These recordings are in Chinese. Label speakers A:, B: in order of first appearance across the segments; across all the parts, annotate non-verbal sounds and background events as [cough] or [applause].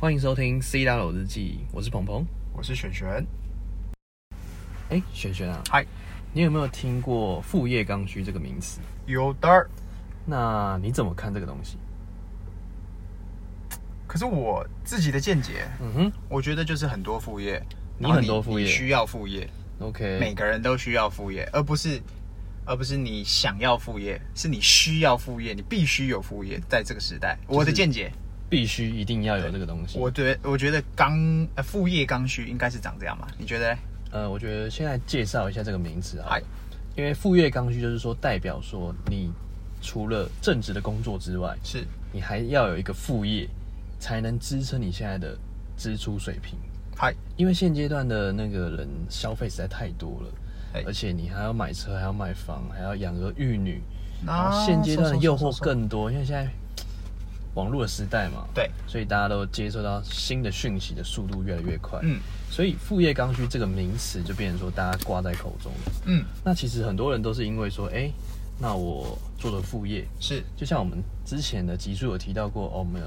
A: 欢迎收听《C 大佬日记》，我是鹏鹏。
B: 我是璇璇。
A: 哎，璇璇啊，
B: 嗨，
A: 你有没有听过副业刚需这个名词？
B: 有的儿。
A: 那你怎么看这个东西？
B: 可是我自己的见解，
A: 嗯哼
B: 我觉得就是很多副业，
A: 你
B: 然后
A: 很多副业
B: 你需要副业，每
A: ，OK，
B: 个人都需要副业，而不是而不是你想要副业，是你需要副业，你必须有副业，在这个时代，我的见解，
A: 必须一定要有这个东西。
B: 我觉我觉得刚呃副业刚需应该是长这样嘛？你觉得嘞？
A: 呃，我觉得先来介绍一下这个名词啊
B: 嗨，
A: 因为副业刚需就是说代表说你除了正职的工作之外，
B: 是
A: 你还要有一个副业，才能支撑你现在的支出水平。
B: 嗨
A: 因为现阶段的那个人消费实在太多了
B: 哎，
A: 而且你还要买车，还要买房，还要养儿育女，然
B: 啊
A: 后现阶段的诱惑
B: 嗖嗖嗖嗖嗖
A: 更多，因为现在网络的时代嘛，
B: 对，
A: 所以大家都接受到新的讯息的速度越来越快，
B: 嗯
A: 所以副业刚需这个名词就变成说大家挂在口中了。
B: 嗯
A: 那其实很多人都是因为说，哎，那我做的副业，
B: 是
A: 就像我们之前的集数有提到过，哦，我们有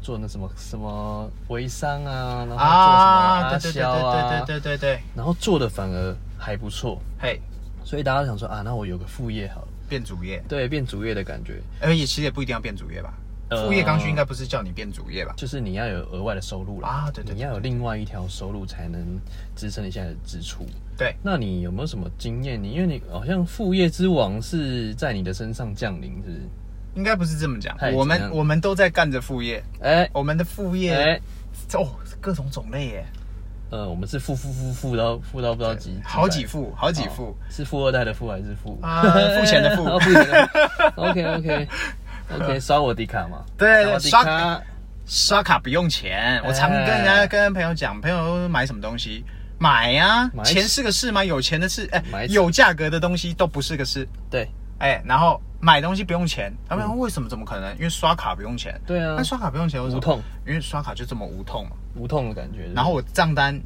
A: 做那什么什么微商啊，然后做什么
B: 啊，
A: 阿
B: 对对对
A: 销啊，
B: 对对对对对，
A: 然后做的反而还不错，
B: 嘿，
A: 所以大家想说啊，那我有个副业好了，
B: 变主业，
A: 对，变主业的感觉，
B: 而也其实也不一定要变主业吧，
A: 呃
B: 副业刚需应该不是叫你变主业吧？
A: 就是你要有额外的收入啦，
B: 啊对对对
A: 你要有另外一条收入才能支撑你现在的支出。
B: 对，
A: 那你有没有什么经验？你因为你好像副业之王是在你的身上降临，是不是？
B: 应该不是这么讲
A: 嗨。
B: 我
A: 怎
B: 们
A: 样
B: 我们都在干着副业，
A: 哎、
B: 我们的副业、
A: 哎、
B: 哦，各种种类耶，
A: 呃，我们是富富富富到富到不知道几，
B: 好几
A: 百
B: 副，好几副。
A: 哦是富二代的富还是富？
B: 啊付钱的富
A: 哦付钱的。OK OK OK，刷我迪卡嘛？
B: 对
A: 刷我迪
B: 刷
A: 卡。
B: 刷卡不用钱，我常
A: 哎
B: 跟人家、跟朋友讲，朋友都买什么东西。买呀、
A: 买
B: 钱是个事吗？有钱的事，哎、
A: 买
B: 有价格的东西都不是个事，
A: 对
B: 哎、然后买东西不用钱，他们说为什么？怎么可能？因为刷卡不用钱。
A: 嗯对啊
B: 那，刷卡不用钱为什么？
A: 无痛，
B: 因为刷卡就这么无痛嘛。
A: 无痛的感觉。
B: 然后我账单，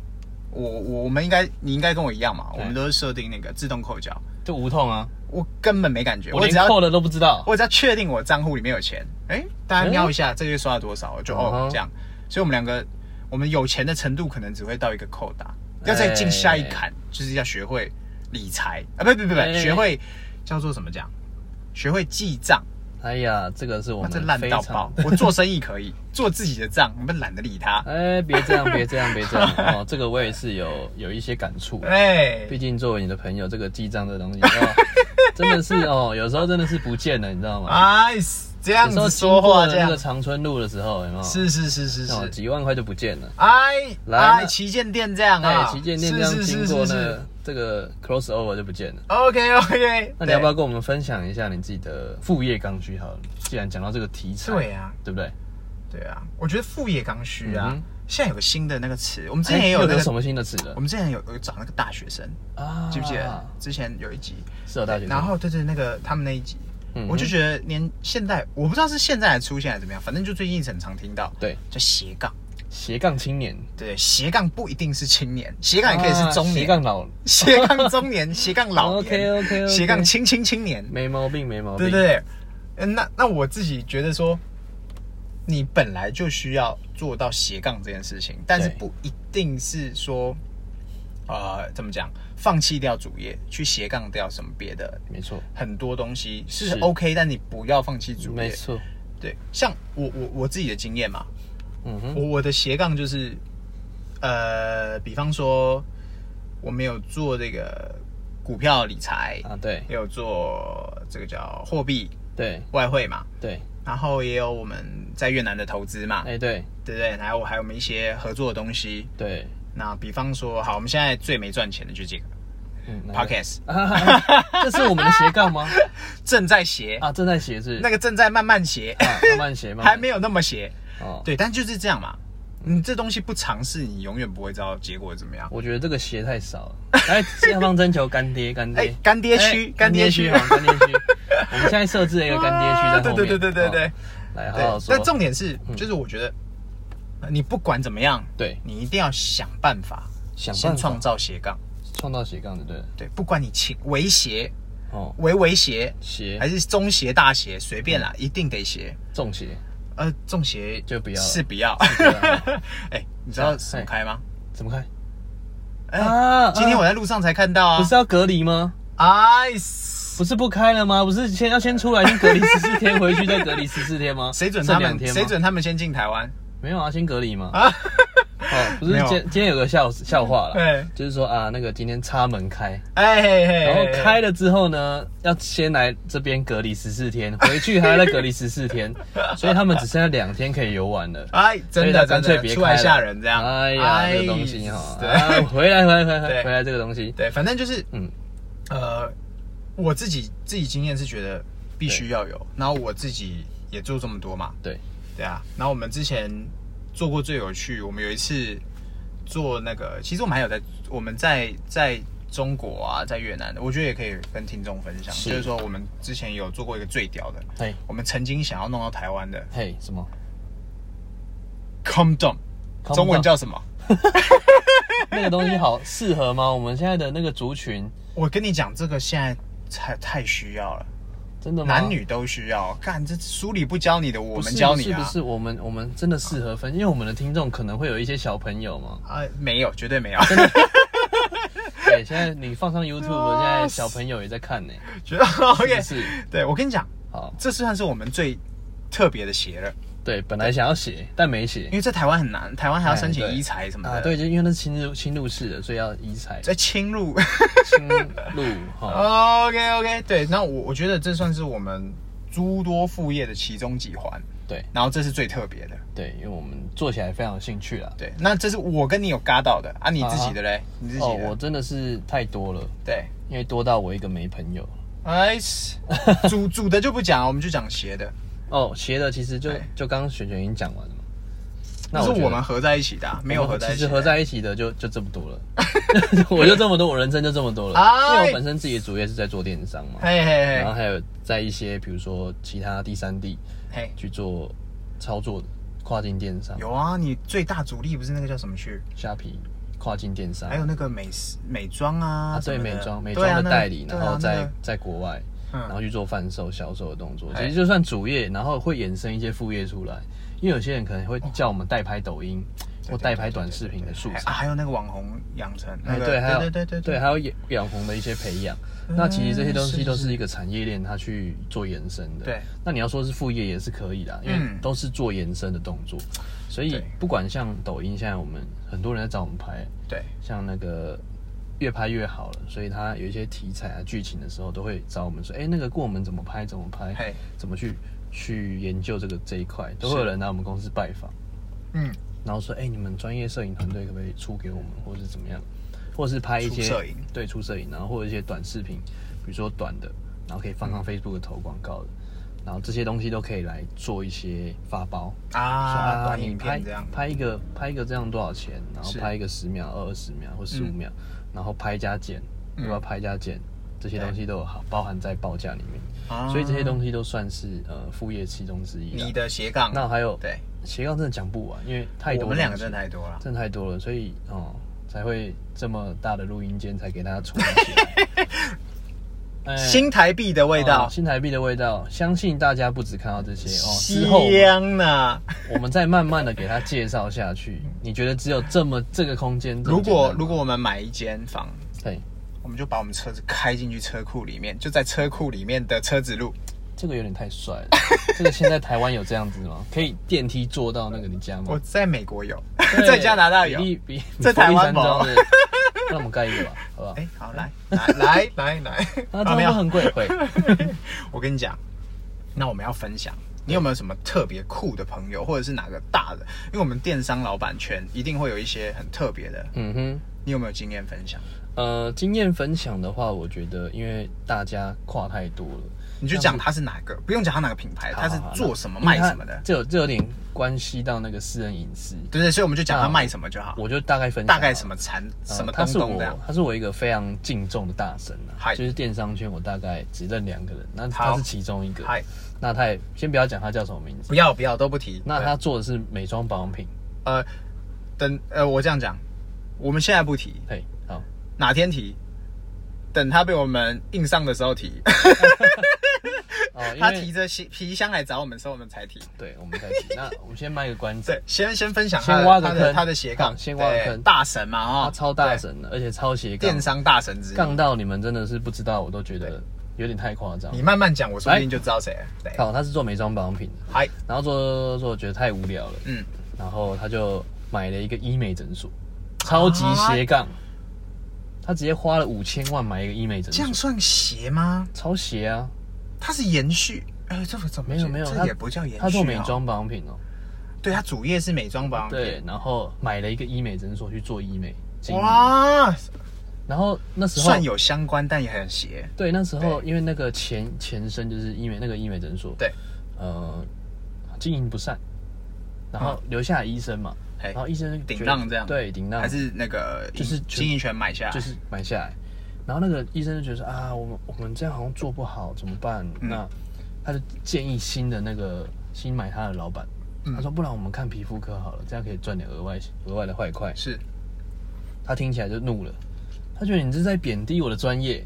B: 我我我们应该你应该跟我一样嘛，
A: 对
B: 我们都是设定那个自动扣缴，
A: 就无痛啊，
B: 我根本没感觉，
A: 我
B: 我只
A: 连
B: 要
A: 扣的都不知道。
B: 我只要确定我账户里面有钱，哎，大家瞄一下这个月刷了多少，我就
A: 嗯
B: 哦
A: 哼
B: 这样，所以我们两个我们有钱的程度可能只会到一个扣打，要再进下一坎，就是要学会理财啊，不不不
A: 哎
B: 不，学会叫做怎么讲，学会记账。
A: 哎呀，这个是我
B: 哇，
A: 们
B: 这烂
A: 非
B: 到
A: 常
B: 爆！我做生意可以，做自己的账，我们懒得
A: [laughs]
B: 理他。
A: 哎，别这样，别这样，别这样哦！这个我也是有有一些感触，
B: 哎，
A: 毕竟作为你的朋友，这个记账的东西，哦真的是哦，有时候真的是不见了，你知道吗？
B: 哎，这样
A: 有时候
B: 子
A: 经
B: 说
A: 过
B: 话
A: 了
B: 这
A: 那
B: 样
A: 个，长春路的时候，有没有？
B: 是是是是
A: 哦，
B: 是，
A: 几万块就不见了。
B: 哎
A: 来
B: 哎，
A: 那
B: 旗舰店这样
A: 哎
B: 啊，，
A: 旗舰店这样
B: 是
A: 经
B: 是
A: 过
B: 是是
A: 呢
B: 是，
A: 这个 cross over 就不见了。
B: OK OK，
A: 那你要不要跟我们分享一下你自己的副业刚需？好了，既然讲到这个题材，
B: 对啊
A: 对不对？
B: 对啊，我觉得副业刚需啊
A: 嗯哼，
B: 现在有个新的那个词，我们之
A: 哎
B: 前也有
A: 又
B: 那
A: 有什
B: 个，
A: 么新的词了
B: 我们之前有有找那个大学生，
A: 啊？
B: 记不记得？之前有一集，
A: 是哦有大学生，
B: 然后对对，那个他们那一集
A: 嗯哼，
B: 我就觉得连现在我不知道是现在还出现还是怎么样，反正就最近很常听到，
A: 嗯对
B: 叫斜杠，
A: 斜杠青年，
B: 对，斜杠不一定是青年，斜杠也可以
A: 啊
B: 是中
A: 斜
B: 年，
A: 杠老，
B: 斜杠
A: [laughs]
B: 中年，斜杠老年
A: OK，OK，OK
B: 斜杠青青青年，
A: 没毛病，没毛病，
B: 对不对？嗯，那那我自己觉得说，你本来就需要做到斜杠这件事情，但是
A: 对
B: 不一定是说，呃，怎么讲，放弃掉主业，去斜杠掉什么别的
A: 没错，
B: 很多东西是
A: 是
B: OK，但你不要放弃主
A: 没
B: 业。
A: 错，
B: 对，像我我我自己的经验嘛，
A: 嗯哼，
B: 我我的斜杠就是，呃，比方说，我们有做这个股票理财，
A: 啊，对
B: 也有做这个叫货币
A: 对
B: 外汇嘛，
A: 对，
B: 然后也有我们在越南的投资嘛，
A: 哎对
B: 对不对？然后还有我们一些合作的东西。
A: 对，
B: 那比方说，好，我们现在最没赚钱的就是这个
A: 嗯哪个
B: podcast，
A: 啊 [laughs] 这是我们的斜
B: [laughs]
A: 杠吗？
B: 正在斜，
A: 啊，正在斜是
B: 那个正在慢慢斜，
A: 啊，慢慢斜，慢慢
B: 还没有那么斜。
A: 哦。
B: 对，但就是这样嘛。你这东西不尝试，你永远不会知道结果怎么样。
A: 我觉得这个鞋太少了，哎来下方征求干爹，干爹
B: 哎，干爹区
A: 哎
B: 干
A: 干
B: 爹
A: 爹
B: 区 [laughs]
A: 区好，干爹区， [laughs] 我们现在设置了一个干爹区在后面，
B: 啊对对对对对对
A: 哦，来好
B: 对
A: 好，说，嗯
B: 但重点是，就是我觉得，呃你不管怎么样，
A: 对
B: 你一定要想办法，
A: 想办
B: 先
A: 法
B: 创造斜杠。
A: 创造斜杠的对了，
B: 对，不管你请围斜、
A: 哦，
B: 围围斜，
A: 斜
B: 还是中斜、大斜，随便啦，一定得斜。 [laughs]
A: 重斜，
B: 呃，中邪
A: 嗯就不要了
B: 是不要。 [laughs]
A: 对啊
B: 哎，你知道怎么开吗？
A: 怎么看？
B: 哎，
A: 啊，
B: 今天我
A: 啊
B: 在路上才看到啊。
A: 不是要隔离吗？
B: 哎，
A: 不是不开了吗？不是先要先出来，先隔离十四天，回去再隔离十四天吗？
B: [laughs] 谁准
A: 剩
B: 他
A: 两
B: 们？
A: 天吗
B: 谁准他们先进台湾？
A: 没有啊，先隔离嘛。
B: 啊
A: [laughs] 哦，不是
B: 没有
A: 今今天有个笑笑话啦，
B: 对
A: 就是说啊，那个今天插门开，
B: 哎嘿嘿，
A: 然后
B: 嘿
A: 开了之后呢，要先来这边隔离十四天，回去还要再隔离十四
B: [laughs]
A: 天，所以他们只剩下两天可以游玩了。
B: 哎，真
A: 所以
B: 的
A: 他干
B: 真
A: 脆
B: 的
A: 别
B: 出来
A: 开了
B: 吓人这样。哎
A: 哎呀，这个东西哈，
B: 对、
A: 啊回来回来回来
B: 对
A: 回来这个东西，
B: 对，反正就是
A: 嗯，
B: 呃，我自己自己经验是觉得必须要有，然后我自己也做这么多嘛，
A: 对，
B: 对啊。然后我们之前做过最有趣，我们有一次做那个，其实我们还有在我们在在中国啊，在越南，我觉得也可以跟听众分享，
A: 是
B: 就是说我们之前有做过一个最屌的，
A: 嘿
B: 我们曾经想要弄到台湾的
A: 嘿什么？
B: condom，
A: Condom
B: 中文叫什么？
A: 那个东西好适合吗？我们现在的那个族群
B: 我跟你讲，这个现在太太需要了。
A: 真的吗？
B: 男女都需要。看这书里不教你的，我
A: 不
B: 们
A: 是
B: 教你
A: 不
B: 啊。
A: 是不是我们我们真的适合分，因为我们的听众可能会有一些小朋友嘛。
B: 啊、没有，绝对没有，
A: 对，现在你放上 YouTube，现在小朋友也在看呢、
B: [laughs] 绝对
A: [laughs]
B: OK。
A: 是不是
B: 对我跟你讲，
A: 好，
B: 这算是我们最特别的鞋了，
A: 对，本来想要写，但没写
B: 因为在台湾很难，台湾还要申请
A: 哎对
B: 医材什么的。
A: 啊，对，就因为那是侵入侵入式的，所以要移材
B: 在
A: [laughs]
B: 侵入。
A: 侵入哈。
B: OK OK，对，那我我觉得这算是我们诸多副业的其中几环，
A: 对
B: 然后这是最特别的。
A: 对，因为我们做起来非常有兴趣啦。
B: 对，那这是我跟你有嘎到的啊，你自己的嘞，你自己的。
A: 哦，我真的是太多了，
B: 对。
A: 因为多到我一个没朋友。
B: 哎， [laughs]
A: [laughs]
B: 煮煮的就不讲，我们就讲鞋的。
A: 哦，斜的其实就
B: 对
A: 就刚刚璇璇已经讲完了嘛。
B: 那哎是
A: 觉得
B: 我们合在一起的啊、没有合在一起
A: 其
B: 的。
A: 实合在一起的就就这么多
B: [laughs]
A: 了， [laughs] 我就这么多，我人生就这么多了。
B: 哎
A: 因为我本身自己的主业是在做电商嘛，
B: 嘿嘿
A: 然后
B: 嘿
A: 还有在一些比如说其他第三地
B: 嘿，
A: 去做操作的跨境电商，
B: 有啊，你最大主力不是那个叫什么去？
A: 虾皮跨境电商，
B: 还有那个美食美妆啊，
A: 啊
B: 什
A: 对
B: 么
A: 美
B: 的
A: 妆美
B: 对啊
A: 妆的
B: 那个
A: 代理，
B: 对啊
A: 然后
B: 那
A: 在
B: 个
A: 在国外，
B: 嗯
A: 然后去做贩售销售的动作，
B: 哎
A: 其实就算主业，然后会衍生一些副业出来，因为有些人可能会叫我们代拍抖音或代拍短视频的素材
B: 还。啊还有那个网红养成，那
A: 哎，
B: 个
A: 对，还有
B: 对对嗯对
A: 还有养养红的一些培养。那其实这些东西都是一个产业链，它去做延伸的。
B: 对，
A: 那你要说是副业也是可以的，因为
B: 嗯
A: 都是做延伸的动作。所以
B: 对
A: 不管像抖音，现在我们很多人在找我们拍，
B: 对
A: 像那个越拍越好了，所以它有一些题材啊、剧情的时候，都会找我们说，哎，那个过门怎么拍，怎么拍
B: 嘿，
A: 怎么去去研究这个这一块，都会有人来我们公司拜访。
B: 嗯，
A: 然后说，哎、你们专业摄影团队可不可以出给我们，或是怎么样，或是拍一些
B: 嗯出摄影
A: 对，出摄影，然后或者一些短视频，比如说短的，然后可以放上 Facebook 投广告的，然后这些东西都可以来做一些发包
B: 啊，短
A: 你
B: 影
A: 拍
B: 片这样，
A: 拍一个拍一个这样多少钱，然后
B: 是
A: 拍一个十秒、二十秒或十五秒，然后拍加减，
B: 嗯
A: 对吧？拍加减。这些
B: 对
A: 东西都有包含在报价里面，
B: 啊
A: 所以这些东西都算是呃副业其中之一啦。
B: 你的斜杠，
A: 那还有
B: 对，
A: 斜杠真的讲不完，因为太多
B: 我们两个
A: 东西
B: 真的太多了。
A: 真的太多了，所以哦、才会这么大的录音间才给大家储存起来。
B: [laughs]
A: 哎
B: 新台币的味
A: 哦
B: 道，
A: 新台币的味道，相信大家不只看到这些哦，
B: 啊
A: 之后
B: 香呢？
A: 我们再慢慢的给它介绍下去。你觉得只有这么这个空间？ [laughs] 这么
B: 如果
A: 简单吗
B: 如果我们买一间房，
A: 对
B: 我们就把我们车子开进去车库里面，就在车库里面的车子路。
A: 这个有点太帅了，这个现在台湾有这样子吗？可以电梯坐到那个你家吗
B: [laughs] 我？在美国有，
A: 对
B: 在加拿大有
A: 比。例比
B: 在台湾
A: 比例三
B: 吗 [laughs]
A: 张的，那我们盖一个吧，好不好
B: 哎、？好来来来来来，
A: 那
B: 啊
A: 这
B: 没
A: 样会
B: 有
A: 很贵，会。
B: 我跟你讲，那我们要分享，你有没有什么特别酷的朋友，或者是哪个大的？因为我们电商老板圈一定会有一些很特别的，
A: [laughs] 嗯哼。
B: 你有没有经验分享？
A: 呃，经验分享的话，我觉得因为大家跨太多了，
B: 你就讲他是哪个，不用讲他哪个品牌，
A: 好
B: 他是
A: 好好
B: 做什么
A: 因为
B: 卖
A: 它
B: 什么的，
A: 这有这有点关系到那个私人隐私，
B: 对对，所以我们就讲
A: 那
B: 他卖什么就好，
A: 我就大概分享
B: 大概
A: 好
B: 什么
A: 了
B: 产
A: 呃
B: 什么
A: 他
B: 东
A: 是
B: 东这
A: 我
B: 样。
A: 他是我一个非常敬重的大神啊，
B: 嗨
A: 就是电商圈我大概只认两个人，那
B: 好
A: 他是其中一个，
B: 嗨，
A: 那他也先不要讲他叫什么名字，
B: 不要不要都不提。
A: 那他做的是美妆保养品，
B: 呃，等呃，我这样讲，我们现在不提，
A: 嘿，好，
B: 哪天提？等他被我们硬上的时候提。
A: 哦因为
B: 他提着皮皮箱来找我们的时候，我们才提。
A: 对，我们再
B: [laughs]
A: 提。那我们先卖个关子，
B: 对，先先分享他
A: 先挖
B: 的
A: 个
B: 他的
A: 坑
B: 他的斜杠，
A: 好先挖个
B: 对
A: 坑
B: 大神嘛
A: 他
B: 啊，
A: 超大神的，而且超斜
B: 对
A: 杠
B: 电，商大神之一。
A: 杠到你们真的是不知道，我都觉
B: 对
A: 得有点太夸张
B: 你。慢慢讲，我说不定就知道谁了。对，
A: 好，他是做美妆保养品的，
B: 嗨，
A: 然后做做做觉得太无聊了，
B: 嗯，
A: 然后他就买了一个医美诊所，超级斜杠，他直接花了五千万买一个医美诊
B: 这
A: 所
B: 样，算邪吗？
A: 超斜啊！
B: 它是延续。哎，这个怎么
A: 没有没有，
B: 这
A: 他
B: 也不叫延续、哦。
A: 他做美，妆保养品哦，
B: 对，它主业是美妆保养
A: 对
B: 品。，
A: 然后买了一个医美诊所去做医美经营，
B: 哇，
A: 然后那时候
B: 算有相关，但也很邪。
A: 对那时候
B: 对
A: 因为那个前前身就是医美那个医美诊所，
B: 对，
A: 呃，经营不善，然后留下来医生嘛，
B: 嘿
A: 然后医生
B: 嗯哎顶
A: 觉得
B: 浪这样
A: 对顶浪
B: 还是那个
A: 就是
B: 经
A: 全
B: 经营权买下来，
A: 就是买下来。然后那个医生就觉得说啊，我们我们这样好像做不好，怎么办？
B: 嗯
A: 那他就建议新的那个新买他的老板，
B: 嗯
A: 他说不然我们看皮肤科好了，这样可以赚点额外额外的外快。
B: 是
A: 他听起来就怒了，他觉得你这是在贬低我的专
B: [laughs]
A: 业，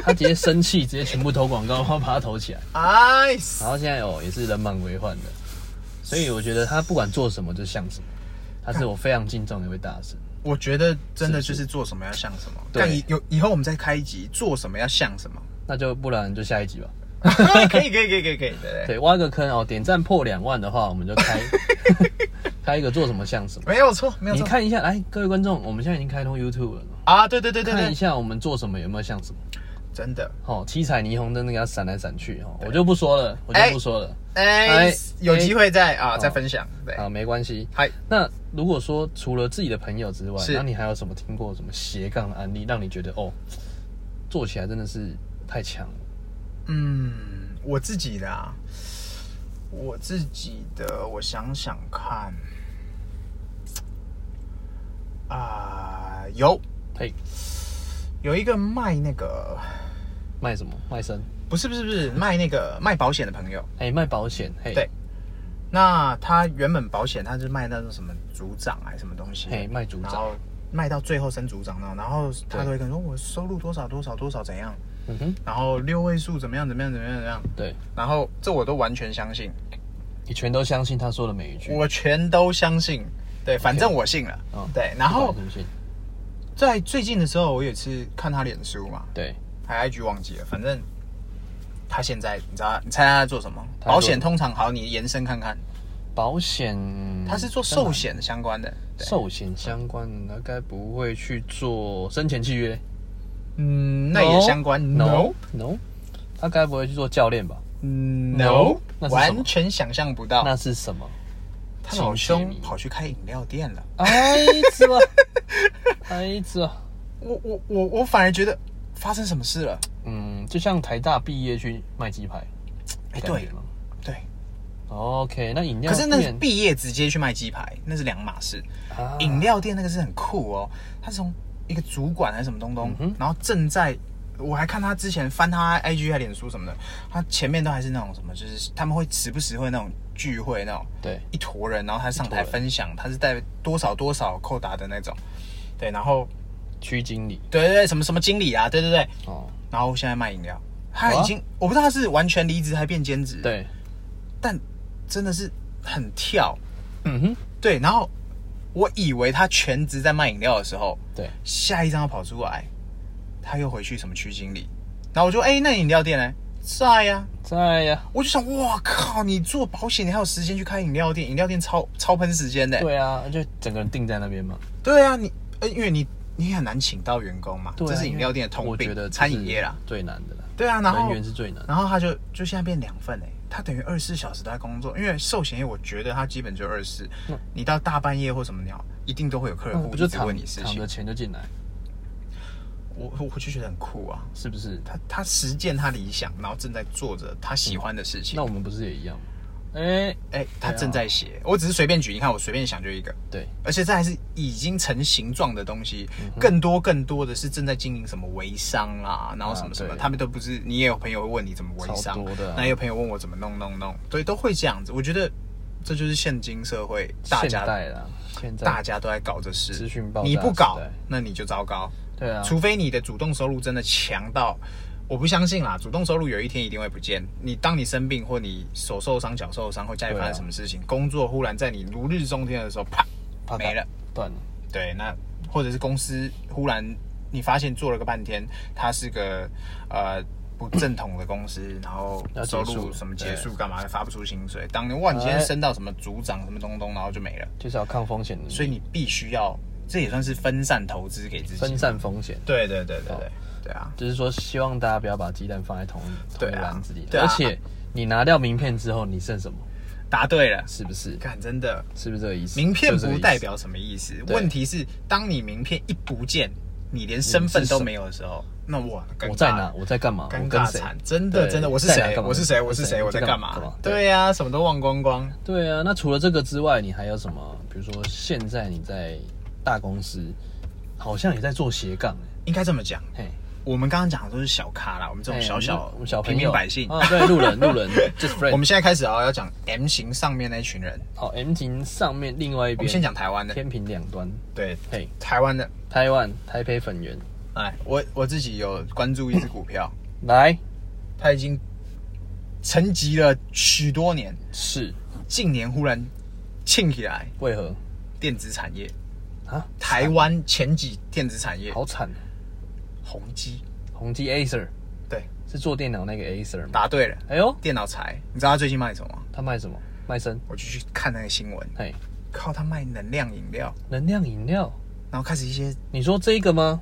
A: 他直接生气，直接全部投广告，然后把他投起来。
B: 哎，
A: 然后现在哦也是人满为患的，所以我觉得他不管做什么就像什么，他是我非常敬重的一位大神。
B: 我觉得真的
A: 是
B: 就是做什么要像什么。
A: 对
B: 但以有以后我们再开一集，做什么要像
A: [laughs]
B: 什么。
A: 那就不然就下一集吧。
B: 可以可以可以可以可以，对对，
A: 对，挖个坑哦，点赞破两万的话，我们就
B: [laughs]
A: 开开一个做什么像什么。
B: 没有错没有
A: 你
B: 错
A: 看一下，来各位观众，我们现在已经开通 YouTube 了，
B: 啊！对对对对
A: 看一
B: 对，
A: 下我们做什么有没有像什么。
B: 真的，
A: 哦，七彩霓虹灯那个要闪来闪去哦，我就不说了，我就不说了。
B: 哎
A: 哎，
B: 有机会再啊
A: 好
B: 再分享。对，
A: 好，没关系。
B: 嗨，
A: 那如果说除了自己的朋友之外，
B: 是
A: 那你还有什么听过什么斜杠的案例，让你觉得哦，做起来真的是太强了？
B: 嗯，我自己的啊，我自己的，我想想看，啊，有
A: 嘿，
B: 有一个卖那个，
A: 卖什么？卖身？
B: 不是不是不是卖那个卖保险的朋友，
A: 哎，卖保险？嘿，
B: 对那他原本保险他是卖那种什么组长还是什么东西，
A: 嘿，卖组
B: 然
A: 长。
B: 后卖到最后升组长那种，然后他
A: 对
B: 都会跟你说我收入多少多少多少怎样，
A: 嗯哼，
B: 然后六位数怎么样怎么样怎么样怎么样，
A: 对，
B: 然后这我都完全相信，
A: 你全都相信他说的每一句。
B: 我全都相信，对，反正我信了，
A: 嗯
B: 对，然后
A: 不管是不是
B: 在最近的时候，我有一次看他脸书嘛，
A: 对，
B: 还 IG 忘记了，反正他现在你知道你猜他在做什么？
A: 他在做
B: 保险通常好，你延伸看看，
A: 保险
B: 他是做寿险相关的，对，
A: 寿险相关的，他该不会去做生前契约
B: 嗯，那也相关
A: ？No No，他该不会去做教练吧？
B: No，
A: 嗯那是什么
B: 完全想象不到，
A: 那是什么？
B: 他老
A: 请
B: 兄
A: 解谜
B: 跑去开饮料店了。
A: 哎，子吧， [laughs] 哎子吧，
B: 我我我我反而觉得发生什么事了？
A: 嗯，就像台大毕业去卖鸡排，
B: 哎，
A: 感
B: 对
A: 觉吗
B: 对，
A: ？OK，那饮料
B: 可是那是
A: 店
B: 毕业直接去卖鸡排，那是两码事。
A: 啊
B: 饮料店那个是很酷哦，他是从一个主管还是什么东东
A: 嗯，哼
B: 然后正在。我还看他之前翻他 IG 还脸书什么的，他前面都还是那种什么，就是他们会时不时会那种聚会那种
A: 对，
B: 一坨人，然后他上台
A: 一坨人
B: 分享，他是带多少多少扣打的那种，对，然后
A: 区经理
B: 对对对什么什么经理啊，对对对，
A: 哦，
B: 然后现在卖饮料，他已经、我不知道他是完全离职还变兼职，，
A: 对，
B: 但真的是很跳，
A: 嗯哼，
B: 对。然后我以为他全职在卖饮料的时候，
A: 对，
B: 下一张要跑出来，他又回去什么区经理，然后我就哎、那饮料店呢？在呀、
A: 在啊呀，
B: 我就想，哇靠！你做保险，你还有时间去开饮料店？饮料店超超喷时间的、
A: 对啊，就整个人定在那边嘛。
B: 对啊，你呃，因为你你很难请到员工嘛，
A: 对啊，
B: 这是饮料店的通
A: 我
B: 病，
A: 觉得这
B: 餐
A: 是
B: 饮业啦。
A: 最难的啦，
B: 对啊，然后
A: 人员是最难的。
B: 然后他就就现在变两份哎、他等于二十四小时都在工作，因为寿险业我觉得他基本就二十四
A: 嗯，
B: 你到大半夜或什么鸟，一定都会有客
A: 那
B: 户
A: 不
B: 一
A: 就
B: 直
A: 躺
B: 问你事
A: 躺
B: 情
A: 着，钱就进来，
B: 我我我就觉得很酷啊，
A: 是不是？
B: 他他实践他理想，然后正在做着他喜欢的事
A: 嗯
B: 情
A: 那，我们不是也一样吗？哎，
B: 哎、他
A: 对啊
B: 正在写，我只是随便举，你看我随便想就一个，
A: 对，
B: 而且这还是已经成形状的东西，
A: 嗯
B: 更多更多的是正在经营什么微商啊，然后什么
A: 啊
B: 什么，
A: 对
B: 他们都不是。你也有朋友会问你怎么微
A: 超
B: 商
A: 多的啊，
B: 那也有朋友问我怎么弄弄弄，对，都会这样子。我觉得这就是现今社会大
A: 现
B: 家
A: 代啦，现在
B: 大家都在搞这事，
A: 资讯爆炸
B: 你不搞
A: 时代，
B: 那你就糟糕。
A: 对啊，
B: 除非你的主动收入真的强到我不相信啦，主动收入有一天一定会不见。你当你生病或你手受伤、脚受伤，或家里
A: 啊
B: 发生什么事情，工作忽然在你如日中天的时候，啪
A: 啪
B: 没了。
A: 断了，
B: 对，那或者是公司忽然你发现做了个半天，它是个呃不正统的公司，然后
A: 要结
B: 收
A: 束
B: 入
A: 了哎
B: 什么结束干嘛发不出薪水，当年哇你今天升到什么组长什么东东，然后就没了，
A: 就是要抗风险的，
B: 所以你必须要，这也算是分散投资给自己。
A: 分散风险。
B: 对对对对对对啊，
A: 就是说，希望大家不要把鸡蛋放在同一同
B: 对
A: 一
B: 啊
A: 个篮子里。
B: 对
A: 而
B: 啊
A: 且，你拿掉名片之后，你剩什么？
B: 答对了，
A: 是不是？
B: 看真的。
A: 是不是这个意思？
B: 名片
A: 就这个
B: 不
A: 意思
B: 代表什么意思？
A: 对
B: 问题是，当你名片一不见，你连身份都没有的时候，那我尴尬
A: 我在哪？？我在干嘛？我
B: 尴
A: 哦跟
B: 尬
A: 谁？
B: 惨！真的
A: 对
B: 真的，我是
A: 在哪
B: 谁？
A: 干嘛
B: 我是谁？我是谁？我在
A: 在干
B: 干嘛
A: 嘛？
B: 对呀，什么都忘光光。
A: 对啊，那除了这个之外，你还有什么？比如说，现在你在大公司，好像也在做斜杠、
B: 应该这么讲，
A: 欸，嘿，
B: 我们刚刚讲的都是小咖啦，我们这种
A: 嘿
B: 小小
A: 哎我们小
B: 平
A: 朋
B: 民
A: 友
B: 百姓。
A: 啊，对，路人路
B: [laughs]
A: 人，just friend。
B: 我们现在开始啊，要讲 M 型上面那一群人。
A: 好，M 型上面另外一
B: 我
A: 边，
B: 们先讲台湾的，
A: 天平两端，
B: 对，
A: 嘿，
B: 台湾的。
A: 台湾台北粉圆
B: 哎，我我自己有关注一只股票，
A: 来
B: 它已经沉寂了许多年，
A: 是
B: 近年忽然庆起来，
A: 为何
B: 电子产业，
A: 啊？
B: 台湾前几电子产业，
A: 好惨，
B: 宏基，
A: 宏基 Acer
B: 对，
A: 是做电脑那个 Acer 吗？
B: 答对了，
A: 哎呦，
B: 电脑材，你知道他最近卖什么吗？
A: 他卖什么？卖身，
B: 我就去看那个新闻，
A: 嘿，
B: 靠，他卖能量饮料，
A: 能量饮料，
B: 然后开始一些
A: 你说这个吗？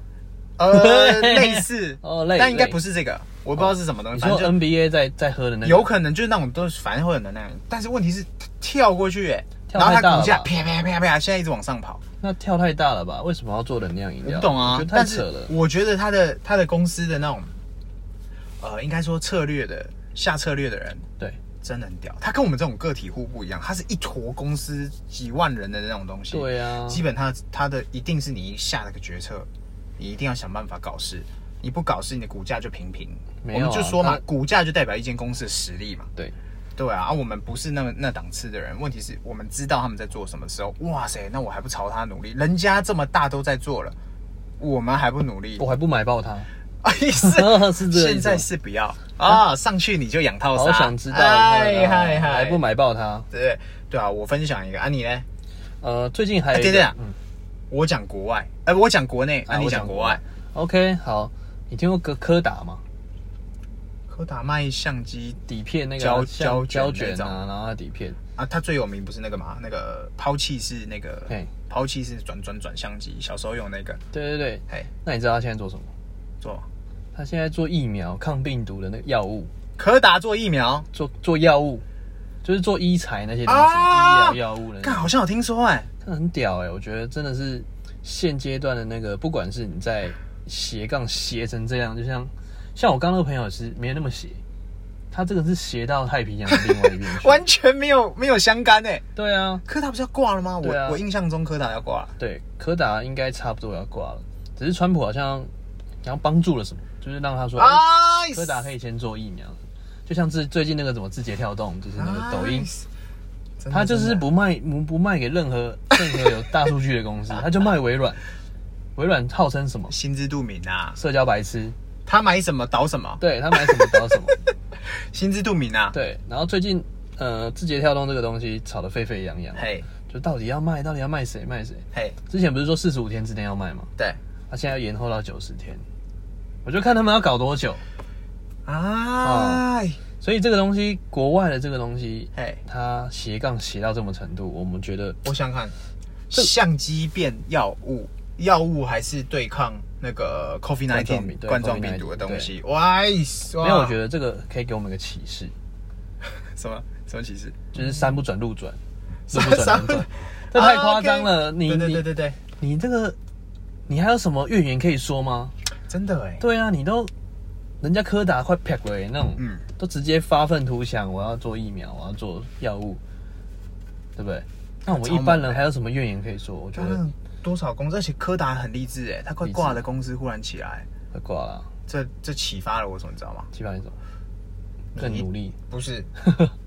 A: [laughs]
B: 呃类似，
A: 哦类
B: 但应该
A: 类哦
B: 不是这个，我不知道是什么东西，
A: 你
B: 反
A: 说呃
B: 正
A: NBA 在在喝的那
B: 就
A: 个，
B: 有可能就是那种都是反正会有能量饮，但是问题是它跳过去，哎，
A: 跳
B: 然后
A: 太大
B: 它
A: 了
B: 股价
A: 吧
B: 啪啪啪啪，现在一直往上跑，
A: 那跳太大了吧？为什么要做能量饮
B: 我
A: 料？
B: 不懂
A: 我
B: 啊
A: 觉得，太
B: 但
A: 扯
B: 是
A: 了。
B: 我觉得他的他的公司的那种，呃，应该说策略的下策略的人，
A: 对，
B: 真的很屌。他跟我们这种个体户不一样，他是一坨公司几万人的那种东西。
A: 对啊
B: 基本他他的一定是你一下了个决策，你一定要想办法搞事。你不搞事，你的股价就平平。
A: 没
B: 我
A: 有啊
B: 们就说嘛
A: 他，
B: 股价就代表一间公司的实力嘛。
A: 对，
B: 对啊，啊，我们不是那么那档次的人。问题是我们知道他们在做什么时候，哇塞，那我还不朝他努力？人家这么大都在做了，我们还不努力 [laughs]
A: 我？还不买爆它，
B: 啊，意思
A: 哦 [laughs] 是这个意思吗
B: 现在是不要啊，上去你就养套
A: 好
B: 杀。
A: 想知道，啊
B: 嗨嗨嗨，
A: 还不？买爆它？
B: 对对啊，我分享一个啊，你呢？
A: 呃，最近还有一个
B: 啊对对啊
A: 嗯
B: 我讲国外，哎，我讲国内，啊，你讲国外。。
A: 我 OK，好，你听过柯柯达吗？
B: 柯达卖相机
A: 底片那个
B: 胶
A: 啊像
B: 胶
A: 胶
B: 卷
A: 卷
B: 那种
A: 啊，然后它底片，
B: 啊，它最有名不是那个嘛？那个抛弃式那个
A: 嘿，
B: 抛弃式转转转相机，小时候用那个，
A: 对对对。
B: 嘿，
A: 那你知道他现在做什么？
B: 做嘛
A: 他现在做疫苗、抗病毒的那个药物，
B: 柯达做疫苗，
A: 做做药物，就是做医材那些东西，
B: 啊
A: 医疗药物的那些
B: 看好像有听说哎、
A: 那很屌哎、我觉得真的是现阶段的那个，不管是你在斜杠斜成这样，就像像我刚刚那个朋友是没那么斜，他这个是斜到太平洋的另外一边去。
B: [laughs] 完全没有没有相干哎、
A: 对啊，
B: 柯达不是要挂了吗？我、
A: 对啊
B: 我印象中柯达要挂了，
A: 对，柯达应该差不多要挂了，只是川普好像然后帮助了什么，就是让他说，哎
B: 啊，
A: 柯达可以先做疫苗，就像最最近那个什么字节跳动，就是那
B: 啊
A: 个抖音。
B: Nice，真的
A: 他就是
B: 真的啊
A: 不卖不不卖给任何任何有大数据的公
B: [laughs]
A: 司，他就卖微软。微软号称什么
B: 心知肚明啊，
A: 社交白痴，
B: 他买什么倒什么，
A: 对他买什么搞什么。
B: 心知肚明啊，
A: 对，然后最近呃，字节跳动这个东西炒得沸沸扬扬，
B: 嘿
A: 就到底要卖，到底要卖谁卖谁？
B: 嘿，
A: 之前不是说四十五天之内要卖吗？
B: 对
A: 他、现在要延后到九十天，我就看他们要搞多久。哦
B: 啊，
A: 所以这个东西，国外的这个东西，
B: 嘿，
A: 它斜杠斜到这么程度，我们觉得
B: 我想看相机变药物，药物还是对抗那个 COVID
A: 冠状病
B: nineteen
A: 对
B: 冠状病
A: COVID-19
B: 毒的东西，哇，没
A: 没有，我觉得这个可以给我们一个启示，
B: 什么什么歧视，
A: 就是山不转路转，路
B: 么
A: 不转人转，这太夸张了。你
B: 啊对对对
A: 你
B: 对对，
A: 你这个，你还有什么怨言可以说吗？
B: 真的哎，
A: 对啊，你都人家柯达快撇了欸那种，
B: 嗯
A: 都直接发愤图强，我要做疫苗，我要做药物，对不对？那我们一般人还有什么怨言可以说？我觉
B: 他
A: 得
B: 们多少公司，而且柯达很励志哎，他快
A: 励志
B: 挂的公司忽然起来，
A: 快挂了，
B: 这这启发了我什么，你知道吗？
A: 基本上是什么更努力，
B: 不是，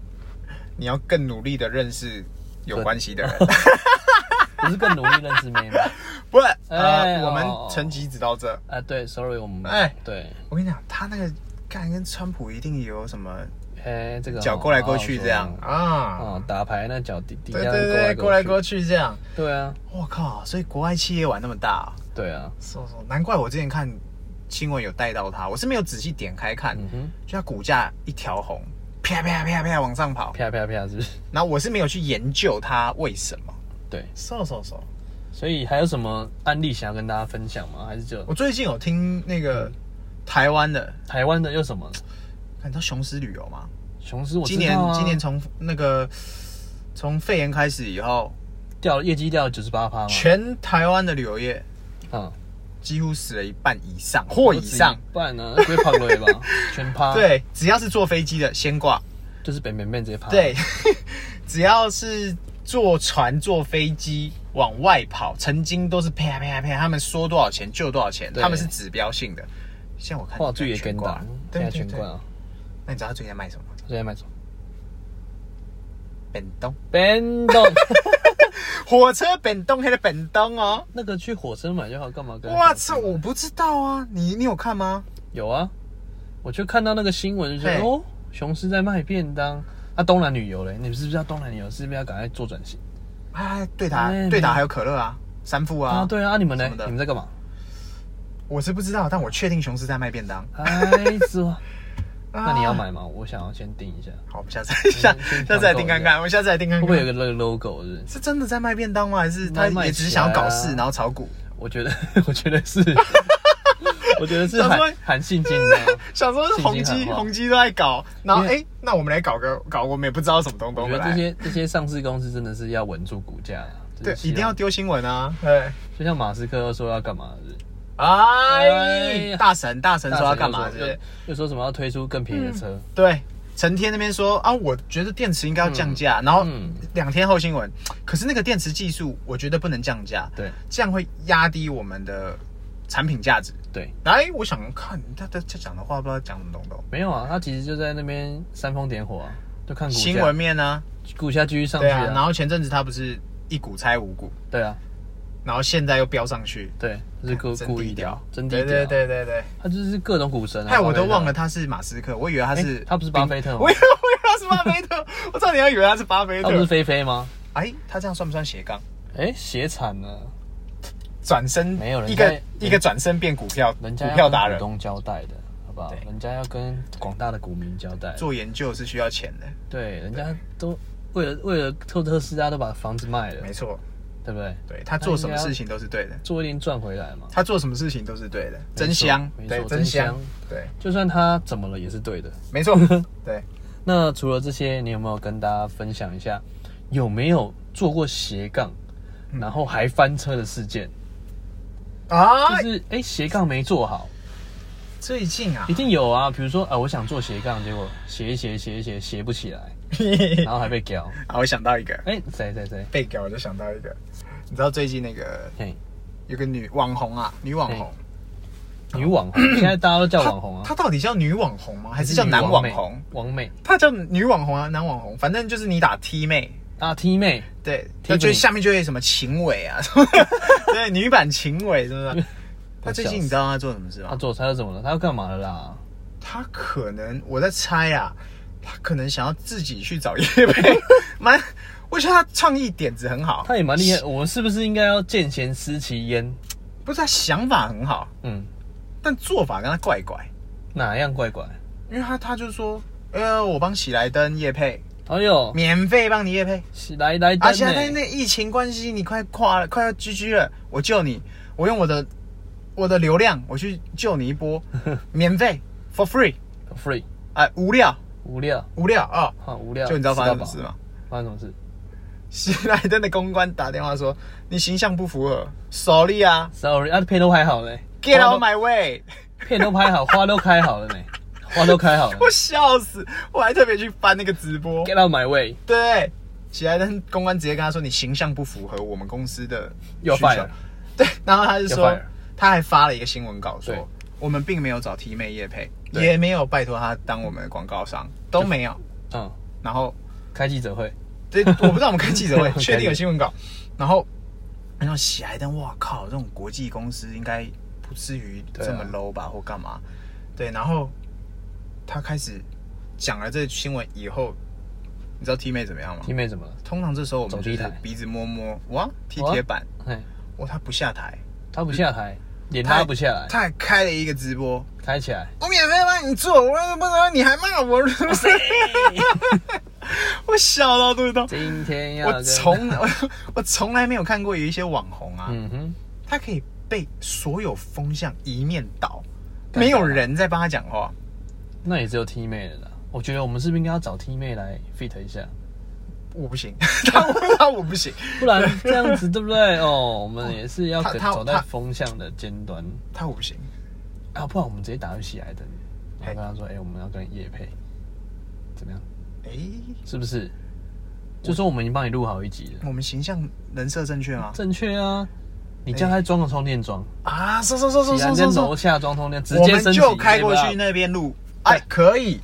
B: [laughs] 你要更努力的认识有关系的人， [laughs]
A: 不是更努力认识妹妹，
B: 不是，呃
A: 哎，
B: 我们
A: 哦
B: 成绩只到这。
A: 啊，对，sorry，我们
B: 哎
A: 对，
B: 我跟你讲，他那个干跟川普一定有什么
A: 哎，这个
B: 脚
A: 哦
B: 过来过去这样
A: 好好说
B: 啊
A: 哦，，打牌那脚底底
B: 对
A: 下
B: 对对，过来过
A: 去，
B: 去这样。
A: 对啊，
B: 我靠，所以国外企业玩那么大、
A: 对啊，
B: 是哦是哦难怪我之前看新闻有带到它，我是没有仔细点开看，
A: 嗯哼，
B: 就它股价一条红，啪啪啪啪往上跑，
A: 啪啪啪，是不是？
B: 然后我是没有去研究它为什么。
A: 对，
B: so so so，
A: 所以还有什么案例想要跟大家分享吗？还是就
B: 我最近有听那个台湾的，
A: 台湾的又什么
B: 你知道雄狮旅游吗？
A: 雄狮？我知
B: 今年
A: 道啊
B: 今年从那个从肺炎开始以后，
A: 掉业绩掉九十八趴嘛，
B: 全台湾的旅游业
A: 嗯，
B: 几乎死了一半以上或以上。
A: 不然呢，不会跑累吧？
B: [laughs]
A: 全趴，，
B: 对，只要是坐飞机的先挂。
A: 就是北北面直接趴，
B: 对， [laughs] 只要是坐船、坐飞机往外跑，曾经都是啪啪啪，他们说多少钱就多少钱，
A: 对
B: 他们是指标性的。像我看
A: 话剧也
B: 全
A: 跟
B: 挂
A: 打
B: 了，，
A: 现
B: 对
A: 在
B: 对
A: 全
B: 对
A: 冠。啊，
B: 那你知道他最近在卖什么吗？
A: 我现在买什么？
B: 本东，
A: 本
B: [laughs]
A: 东，
B: 火车本东，黑的本东哦。
A: 那个去火车买就好，干嘛跟？
B: 哇操，我不知道啊，你你有看吗？
A: 有啊，我就看到那个新闻，就觉得
B: 嘿
A: 哦，雄狮在卖便当。啊，东南旅游嘞，你们是不是要东南旅游？是不是要赶快做转型
B: 哎，对打
A: 哎
B: 对打
A: 没
B: 还有可乐啊，三富
A: 啊？
B: 啊。
A: 对啊，啊你们呢
B: 什么？的
A: 你们在干嘛？
B: 我是不知道，但我确定雄狮在卖便当。
A: 哎，是吗？
B: 那
A: 那你要？买吗？我想要先订一下，
B: 啊好，我们下次下
A: 先
B: 下次来
A: 团购
B: 订
A: 一
B: 看
A: 下
B: 看，我下次来订看
A: 会
B: 看。
A: 不会有个那个 logo？是不是
B: 是真的在卖便当吗？还是他
A: 卖卖
B: 也只是
A: 起来
B: 想要搞
A: 啊
B: 事，然后炒股？
A: 我觉得， [laughs] 我觉得是，我觉得是
B: 想说
A: 韩韩信进
B: [laughs]
A: 的。啊
B: 想说
A: 信心
B: 宏
A: 喊
B: 基，
A: 话
B: 宏基都在搞，然后
A: 因
B: 哎、
A: 为
B: 诶那我们来搞个搞，我们也不知道什么东
A: 我
B: 东
A: 觉
B: 的
A: 得这
B: 来。
A: 些这些上市公司真的是要稳住股价啊啦，
B: 对，
A: 就是希
B: 一定要
A: 望
B: 丢新闻啊！对，
A: 就像马斯克又说要干嘛，是不是哎
B: 哎，
A: 呀
B: 大神，大神
A: 大
B: 说
A: 神
B: 要
A: 又
B: 干嘛？是
A: 又
B: 不嗯是？
A: 又说什么要推出更便宜的车，
B: 对，成天那边说啊，我觉得电池应该要降价，然后
A: 嗯
B: 两天后新闻，可是那个电池技术，我觉得不能降价，
A: 对
B: 这样会压低我们的产品价值。
A: 对，
B: 哎，我想看他他他讲的话，不知道讲什么东东。
A: 没有啊，他其实就在那边煽风点火啊，就看股价，
B: 新闻面呢？
A: 股价继续上去
B: 对啊，然后前阵子他不是一股拆五股，
A: 对啊，
B: 然后现在又飙上去，
A: 对，就是故
B: 真
A: 故
B: 低
A: 意的
B: 调
A: 啊，，真低
B: 对
A: 调，
B: 对，对对对。
A: 他就是各种股神啊，
B: 害我
A: 巴菲
B: 都
A: 特
B: 忘了他是马斯克，我以为他是
A: 诶他不是巴菲特吗
B: [laughs] 我以为我以为他是巴菲特，我差点要以为他是巴菲
A: 他不是
B: 特。
A: 菲菲吗？
B: 哎，他这样算不算斜杠？
A: 哎，血惨了，
B: 转身
A: 没有人
B: 一个
A: 在
B: 一个转身变股票
A: 人
B: 股
A: 家要
B: 票达
A: 跟股
B: 人，
A: 东交代的，好不好？
B: 对
A: 人家要跟广大的股民交代，
B: 做研究是需要钱的，
A: 对，人家都为了为了特特斯拉都把房子卖了，
B: 没错。
A: 对不对？
B: 对他做什么
A: 那应该要
B: 事情都是对的，
A: 做一定赚回来嘛，
B: 他做什么事情都是对的，真香
A: 没，错
B: 对，
A: 真
B: 真香
A: 香，
B: 对，
A: 就算他怎么了也是对的。
B: 没
A: [laughs]
B: 错，对。
A: 那除了这些，你有没有跟大家分享一下，有没有做过斜杠，然后还翻车的事件？
B: 啊
A: 就，是哎、诶斜杠没做好，
B: 最近啊 [laughs]
A: 一，定有啊。比如说啊、呃我想做斜杠，结果斜一斜斜一斜斜不起 [laughs] 来，然后还被屌。
B: 啊，我想到一个
A: 哎、谁谁谁？
B: 被搞，我就想到一个，你知道最近那个
A: 嘿，
B: 有个女网红啊，女网红，
A: 女网
B: [coughs]
A: 红，现在大家都叫
B: 她
A: 网红啊，
B: 她到底叫女网红吗？还是叫男
A: 女
B: 网
A: 妹
B: 红？？
A: 王美
B: 她叫女网红啊，男网红，反正就是你打 T 妹，
A: 啊，T 妹，
B: 对，
A: T
B: 那就
A: 妹
B: 下面就会什么秦伟啊，什么
A: [laughs]
B: 的对，女版秦伟，是不是？她最近你知道她做什么事
A: 她
B: 吗？
A: 做她又怎么了？她又干嘛了啦？
B: 她可能我在猜啊，她可能想要自己去找叶
A: [laughs]
B: 配，蛮，我觉得她创意点子很好，
A: 她也蛮厉害，我们是不是应该要见贤思齐焉？
B: 不是她想法很好，
A: 嗯，
B: 但做法跟她怪怪。
A: 哪样怪怪？
B: 因为他他就说，呃，我帮喜来登夜配，
A: 哎呦，
B: 免费帮你夜配，
A: 喜来来
B: 啊，
A: 丹
B: 喜来登
A: 呢、
B: 那疫情关系，你快垮了，快要 GG 了，我救你，我用我的我的流量，我去救你
A: [laughs]
B: 一波，免费 for free，
A: f r e e
B: 哎、无料
A: 无聊
B: 无料啊、
A: 哈，无聊。
B: 就你知道发生什么
A: 吃
B: 事
A: 到饱？
B: 吗？
A: 发生什么事？
B: [laughs] 喜来登的公关打电话说，你形象不符合，sorry 啊
A: Sorry，啊，片都拍好了欸、
B: ，get
A: 花
B: out
A: 都 [laughs]
B: my way，
A: 片都拍好，花都开好
B: [laughs]
A: 了呢、花都开好了。
B: 我笑死，我还特别去翻那个直播，
A: Get out my way，
B: 对，喜来登公关直接跟他说你形象不符合我们公司的需
A: 要
B: 求
A: fire。
B: 对，然后他就
A: 要
B: 说
A: fire，
B: 他还发了一个新闻稿说
A: 对
B: 我们并没有找 T 妹叶配，
A: 对
B: 也没有拜托他当我们的广告商，都没有。
A: 嗯，
B: 然后
A: 开记者会，
B: 对，我不知道我们开记者会
A: 我们开
B: 确定有新闻稿，然后那种喜来登，哇靠，这种国际公司应该不至于
A: 对啊
B: 这么 low 吧，或干嘛？对，然后他开始讲了这个新闻以后，你知道 T 妹怎么样吗？
A: 弟妹怎么了？
B: 通常这时候我们
A: 走
B: 就
A: 地
B: 是
A: 毯
B: 鼻子摸摸，哇，踢铁板，
A: 嘿，
B: 哇，他不下台，
A: 他不下台，脸
B: 他
A: 拉不下来，
B: 他还开了一个直播，
A: 开起来，
B: 我免费帮你做，我怎么怎么你还骂我？ [laughs] 我笑到对不对？
A: 今天要
B: 我
A: 跟
B: 从 [laughs] 我我从来没有看过有一些网红啊，
A: 嗯哼，
B: 他可以被所有风向一面倒，
A: 干
B: 没有人在帮他讲话。
A: 那也只有 T 妹了啦。我觉得我们是不是应该要找 T 妹来 fit 一
B: [laughs]
A: 下？
B: 我不行，
A: [laughs]
B: 他他我不行，
A: 不然这样子对不对？哦，我们也是要
B: 他
A: 可
B: 他
A: 走在
B: 他
A: 风向的尖端
B: 他我不行。
A: 啊，不然我们直接打去喜来登，然
B: 嘿
A: 后跟他说，哎、我们要跟叶配，怎么样？
B: 哎、
A: 是不是？就说我们已经帮你录好一集了，
B: 我们形象人设正确吗？
A: 正确啊。你叫他装个充电桩，
B: 啊，说说说说
A: 喜来
B: 说
A: 登
B: 说
A: 楼
B: 说，
A: 下装充电，直
B: 我
A: 接
B: 们
A: 升级
B: 就开过
A: 要不
B: 去
A: 要
B: 那边录，哎，可以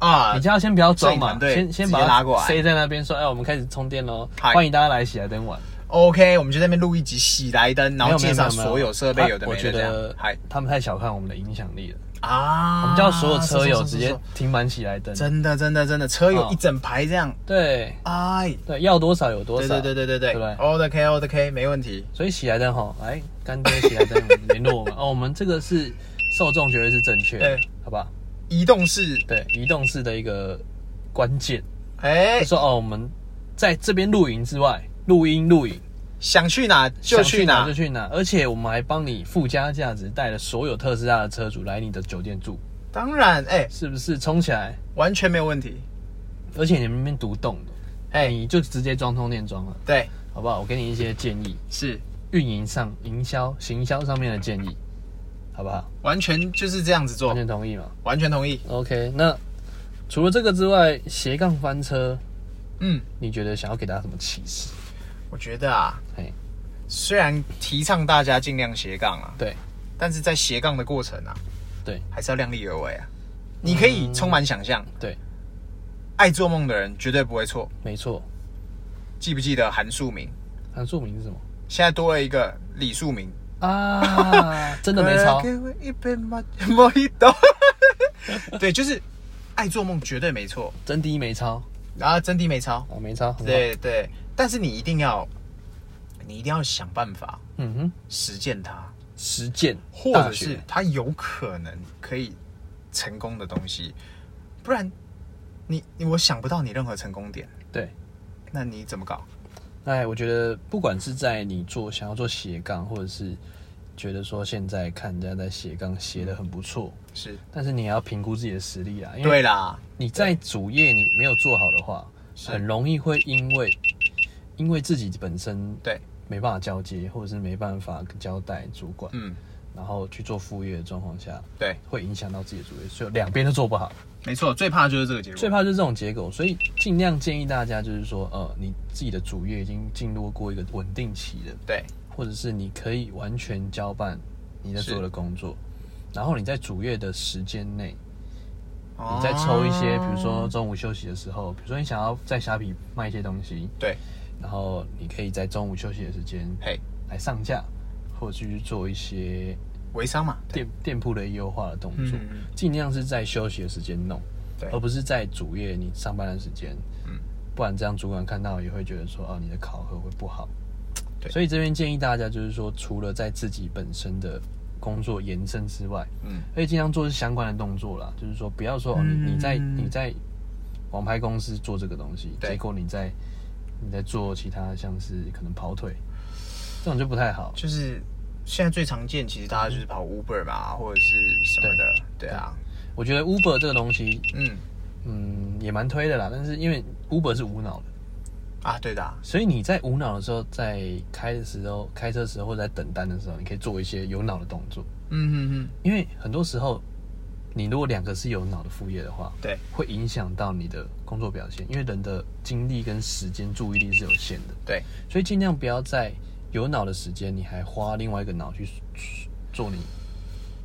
B: 啊
A: 你。叫他先不要装
B: 摄
A: 嘛
B: 影，团队
A: 先先
B: 直接
A: 把
B: 拉过
A: 它
B: 来
A: 塞在那边说，哎，我们开始充电喽，
B: 嗨
A: 欢迎大家来喜来登玩。
B: OK，我们就在那边录一集喜来登，然
A: 没
B: 后
A: 有
B: 介绍
A: 没没
B: 所有设备
A: 他
B: 有的
A: 我
B: 没
A: 觉
B: 的这
A: 得
B: 样。嗨
A: 他们太小看我们的影响力了。
B: 啊，
A: 我们叫所有车友直
B: 是
A: 接哦
B: 是是
A: 停满喜来登
B: 是，真的真的真的车友一整排这样，
A: 对
B: 哎，
A: 对，要多少有多
B: 对
A: 少。
B: 对对对对
A: 对不对
B: o k o k 没问题。
A: 所以喜来登哈，来干爹喜来登联络我
B: [laughs]
A: 们哦，我们这个是受众绝对是正确的
B: 对，
A: 好吧？
B: 移动式，
A: 对，移动式的一个关键，
B: 哎
A: 就，说哦，我们在这边露营之外，录音录影。
B: 想去哪就
A: 想
B: 去
A: 去
B: 哪
A: 就，去哪，而且我们还帮你附加价值，带了所有特斯拉的车主来你的酒店住，
B: 当然，哎，
A: 是不是冲起来？
B: 完全没有问题。
A: 而且你们那边独栋的，
B: 哎，
A: 你就直接装充电桩了，
B: 对，
A: 好不好？我给你一些建议，
B: 是
A: 运营上、营销、行销上面的建议，好不好？
B: 完全就是这样子做
A: 完，全同意嘛
B: 完全同意。
A: ？OK，那除了这个之外，斜杠翻车，
B: 嗯，
A: 你觉得想要给大家什么启示？
B: 我觉得啊，
A: 嘿，
B: 虽然提倡大家尽量斜杠啊，
A: 对
B: 但是在斜杠的过程啊，
A: 对嗯
B: 还是要量力而为啊。你可以充满想象，
A: 对，
B: 爱做梦的人绝对不会错。
A: 没错。
B: 记不记得韩素明？
A: 韩素明是什么
B: 现在多了一个李素明，
A: 啊？ [laughs] 真的没抄
B: [laughs] 快给我一杯马莫吉托。 [laughs] 对，就是爱做梦绝对没错，
A: 真的没抄
B: 然后真的没抄。
A: 啊，没抄。很好，
B: 对对，但是你一定要，你一定要想办法
A: 嗯哼。
B: 实践它，
A: 实践，
B: 或
A: 大
B: 者
A: 学
B: 是它有可能可以成功的东西，不然你你我想不到你任何成功点，
A: 对。
B: 那你怎么搞？
A: 哎，我觉得不管是在你做想要做斜杠，或者是觉得说现在看人家在斜杠斜的很不错，
B: 是
A: 但是你也要评估自己的实力啊啦。因
B: 对
A: 为
B: 啦，
A: 你在主业你没有做好的话，
B: 是
A: 很容易会因为因为自己本身
B: 对，
A: 没办法交接，或者是没办法交代主管，
B: 嗯，
A: 然后去做副业的状况下，
B: 对，
A: 会影响到自己的主业，所以两边都做不好。
B: 没错，最怕就是这个结果。
A: 最怕就是这种结果，所以尽量建议大家就是说，呃，你自己的主业已经进入过一个稳定期了，
B: 对，
A: 或者是你可以完全交办你在
B: 是
A: 所有的工作，然后你在主业的时间内，
B: 哦
A: 你再抽一些，比如说中午休息的时候，比如说你想要在虾皮卖一些东西，
B: 对，
A: 然后你可以在中午休息的时间
B: 嘿，
A: 来上架，或者去做一些
B: 微商嘛，对
A: 店店铺的优化的动作
B: 嗯嗯嗯，
A: 尽、量是在休息的时间弄，
B: 对
A: 而不是在主业你上班的时间，
B: 嗯
A: 不然这样主管看到也会觉得说，哦，你的考核会不好。
B: 对
A: 所以这边建议大家就是说，除了在自己本身的工作延伸之外，
B: 嗯，
A: 而且尽量做相关的动作啦，就是说不要说哦，你你在
B: 嗯
A: 你在网拍公司做这个东西，
B: 对
A: 结果你在你在做其他像是可能跑腿，这种就不太好。
B: 就是现在最常见，其实大家就是跑 Uber 嘛，或者是什么的，对啊，
A: 我觉得 Uber 这个东西
B: 嗯，
A: 嗯，也蛮推的啦。但是因为 Uber 是无脑的，
B: 啊，对的啊、
A: 所以你在无脑的时候，在开的时候、开车的时候或者在等单的时候，你可以做一些有脑的动作。
B: 嗯嗯嗯，
A: 因为很多时候，你如果两个是有脑的副业的话，
B: 对
A: 会影响到你的工作表现。因为人的精力跟时间、注意力是有限的，
B: 对，
A: 所以尽量不要在有脑的时间，你还花另外一个脑去做你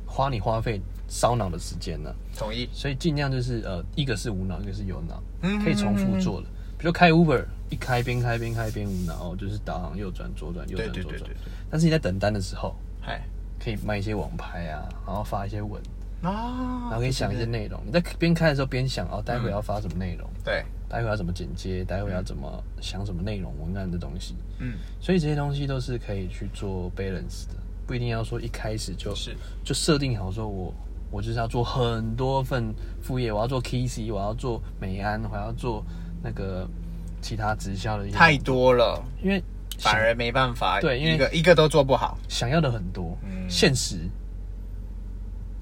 A: 花你花费烧脑的时间呢、
B: 同意，
A: 所以尽量就是呃，一个是无脑，一个是有脑，
B: 嗯
A: 可以重复做的。比如说开 Uber，一开边开边开边无脑，哦就是导航右转左转右
B: 对
A: 转
B: 对
A: 左
B: 对对
A: 转
B: 对。，
A: 但是你在等单的时候，
B: 嗨
A: 可以卖一些网拍啊，然后发一些文，
B: 啊，
A: 然后可以想一些内容。你在边开的时候边想哦，待会要发什么内容，
B: 对，
A: 待会要怎么剪接，待会要怎么想什么内容文案的东西。
B: 嗯，
A: 所以这些东西都是可以去做 balance 的，不一定要说一开始就是就设定好说我我就是要做很多份副业，我要做 KC，我要做美安，我要做那个其他直销的一些，
B: 太多了，
A: 因为
B: 反
A: 想
B: 而没办法，
A: 对因为
B: 一个一个都做不好，
A: 想要的很多，
B: 嗯
A: 现实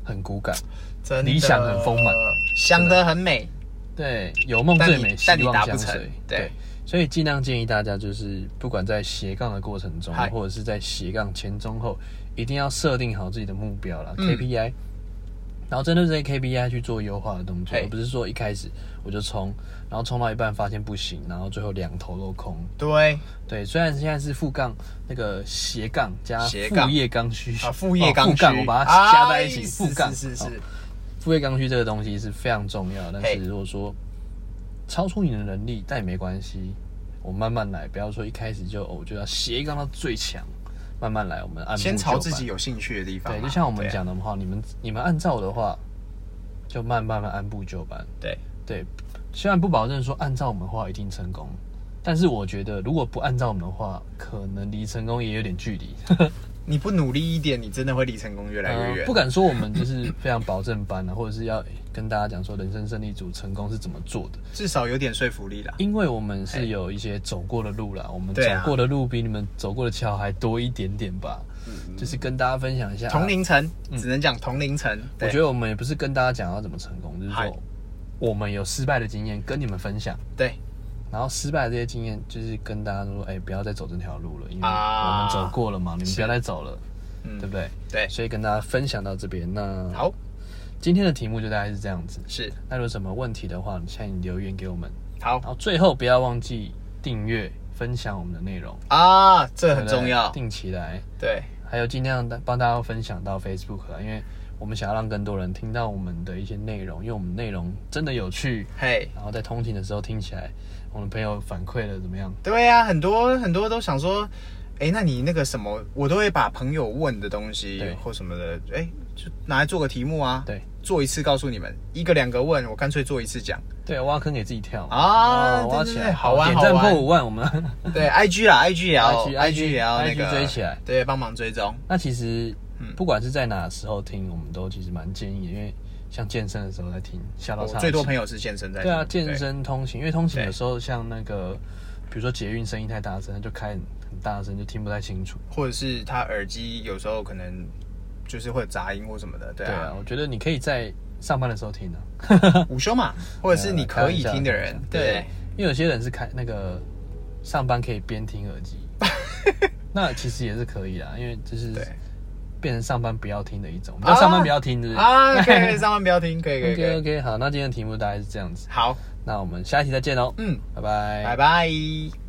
A: 很骨感，
B: 真的
A: 理想很丰满，
B: 想得很美，
A: 对，有梦最美，希
B: 但你
A: 望
B: 但你达
A: 相
B: 不成
A: 随，
B: 对
A: 对。所以尽量建议大家，就是不管在斜杠的过程中
B: 嗨，
A: 或者是在斜杠前中后，一定要设定好自己的目标啦
B: 嗯
A: k p i 然后针对这些 KPI 去做优化的动作，
B: 嘿
A: 而不是说一开始我就冲，然后冲到一半发现不行，然后最后两头都空。
B: 对
A: 对，虽然现在是副杠那个斜杠加
B: 斜
A: 副
B: 杠
A: 业刚需
B: 啊，副业刚
A: 哦
B: 需，
A: 副杠我把它加在一起，
B: 哎
A: 副杠
B: 是是
A: 哦
B: 是，
A: 副业刚需这个东西是非常重要，但
B: 嘿
A: 是如果说超出你的能力，但也没关系，我们慢慢来，不要说一开始就哦我就要斜杠到最强，慢慢来，我们按部
B: 先
A: 就
B: 朝
A: 班
B: 自己有兴趣的地方嘛，
A: 对，就像我们
B: 对啊，
A: 讲的话，你们你们按照我的话，就慢慢慢按部就班。
B: 对，
A: 对，虽然不保证说按照我们的话一定成功，但是我觉得如果不按照我们的话，可能离成功也有点距离。
B: 你不努力一点，你真的会离成功越来越
A: 呃
B: 远，
A: 不敢说我们就是非常保证班啊，或者 [laughs] 是要跟大家讲说人生胜利组成功是怎么做的，
B: 至少有点说服力啦。
A: 因为我们是有一些走过的路啦，我们走
B: 哎对啊
A: 过的路比你们走过的桥还多一点点吧。就是跟大家分享一下
B: 嗯同龄层，只能讲同龄层。
A: 呃嗯我
B: 对
A: 觉得我们也不是跟大家讲要怎么成功，就是
B: 嗨
A: 说我们有失败的经验跟你们分享，
B: 对，
A: 然后失败的这些经验就是跟大家说，哎、不要再走这条路了，因为我
B: 啊
A: 们走过了嘛，你们不要再走了，
B: 嗯
A: 对不对？
B: 对，
A: 所以跟大家分享到这边，那
B: 好，
A: 今天的题目就大概是这样子。
B: 是
A: 那如果有什么问题的话，你欢迎留言给我们，
B: 好
A: 然后最后不要忘记订阅、分享我们的内容，
B: 啊，这
A: 对
B: 很
A: 不对
B: 重要。
A: 定期来，
B: 对，
A: 还有尽量地帮大家分享到 Facebook 啊，因为我们想要让更多人听到我们的一些内容，因为我们内容真的有趣，
B: 嘿，
A: 然后在通勤的时候听起来，我们朋友反馈的怎么样？
B: 对呀，很多很多都想说，哎，那你那个什么，我都会把朋友问的东西
A: 对
B: 或什么的，哎，就拿来做个题目啊。
A: 对，
B: 做一次告诉你们，一个两个问，我干脆做一次讲。
A: 对，挖坑给自己跳
B: 啊
A: 哦挖
B: 对对
A: 起
B: 对
A: 来，
B: 好玩
A: 点赞
B: 好玩
A: 破五万，我们
B: [laughs] 对，IG 啦，IG 也要
A: IG
B: ，IG 也要那
A: IG
B: 个
A: 追起来
B: 对，帮忙追踪。
A: 那其实
B: 嗯
A: 不管是在哪时候听，我们都其实蛮建议的，因为像健身的时候在听，吓到
B: 我
A: 岔
B: 最多
A: 气
B: 朋友是健身在
A: 对啊，
B: 听
A: 健身通勤，因为通勤
B: 对
A: 有时候像那个，比如说捷运声音太大声，就开很很大声，就听不太清楚。
B: 或者是他耳机有时候可能就是会有杂音或什么的，对
A: 对啊
B: 啊，，
A: 我觉得你可以在上班的时候听啊，啊
B: 午休嘛，或者是你可以听的
A: 开
B: 人
A: 玩笑，
B: 对，
A: 因为有些人是开那个上班可以边听耳
B: [laughs]
A: 机，那其实也是可以啦，因为就是
B: 对
A: 变成上班不要听的一种，
B: 啊
A: 那上班不要听，对不对
B: 啊，可以
A: [laughs]
B: 可以，上班不要听，可以可以
A: ？OK
B: 可以，
A: OK，好，那今天的题目大概是这样子，
B: 好，
A: 那我们下一期再见喽，哦
B: 嗯，
A: 拜拜，
B: 拜。拜。